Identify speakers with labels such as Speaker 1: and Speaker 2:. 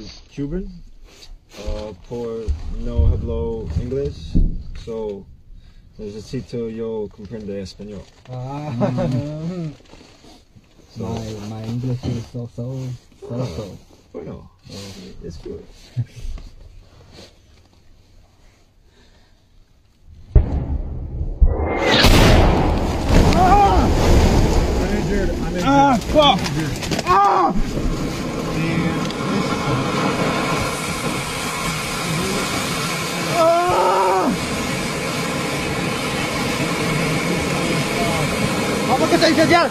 Speaker 1: is Cuban. Uh, por no hablo inglés, so necesito yo comprender español.
Speaker 2: Ah, my my English is so so so so.
Speaker 1: Bueno, uh, it's good.
Speaker 3: I'm injured. I'm injured.
Speaker 2: Ah, fuck!
Speaker 3: I'm injured. And this
Speaker 2: Vamos que se incendiar.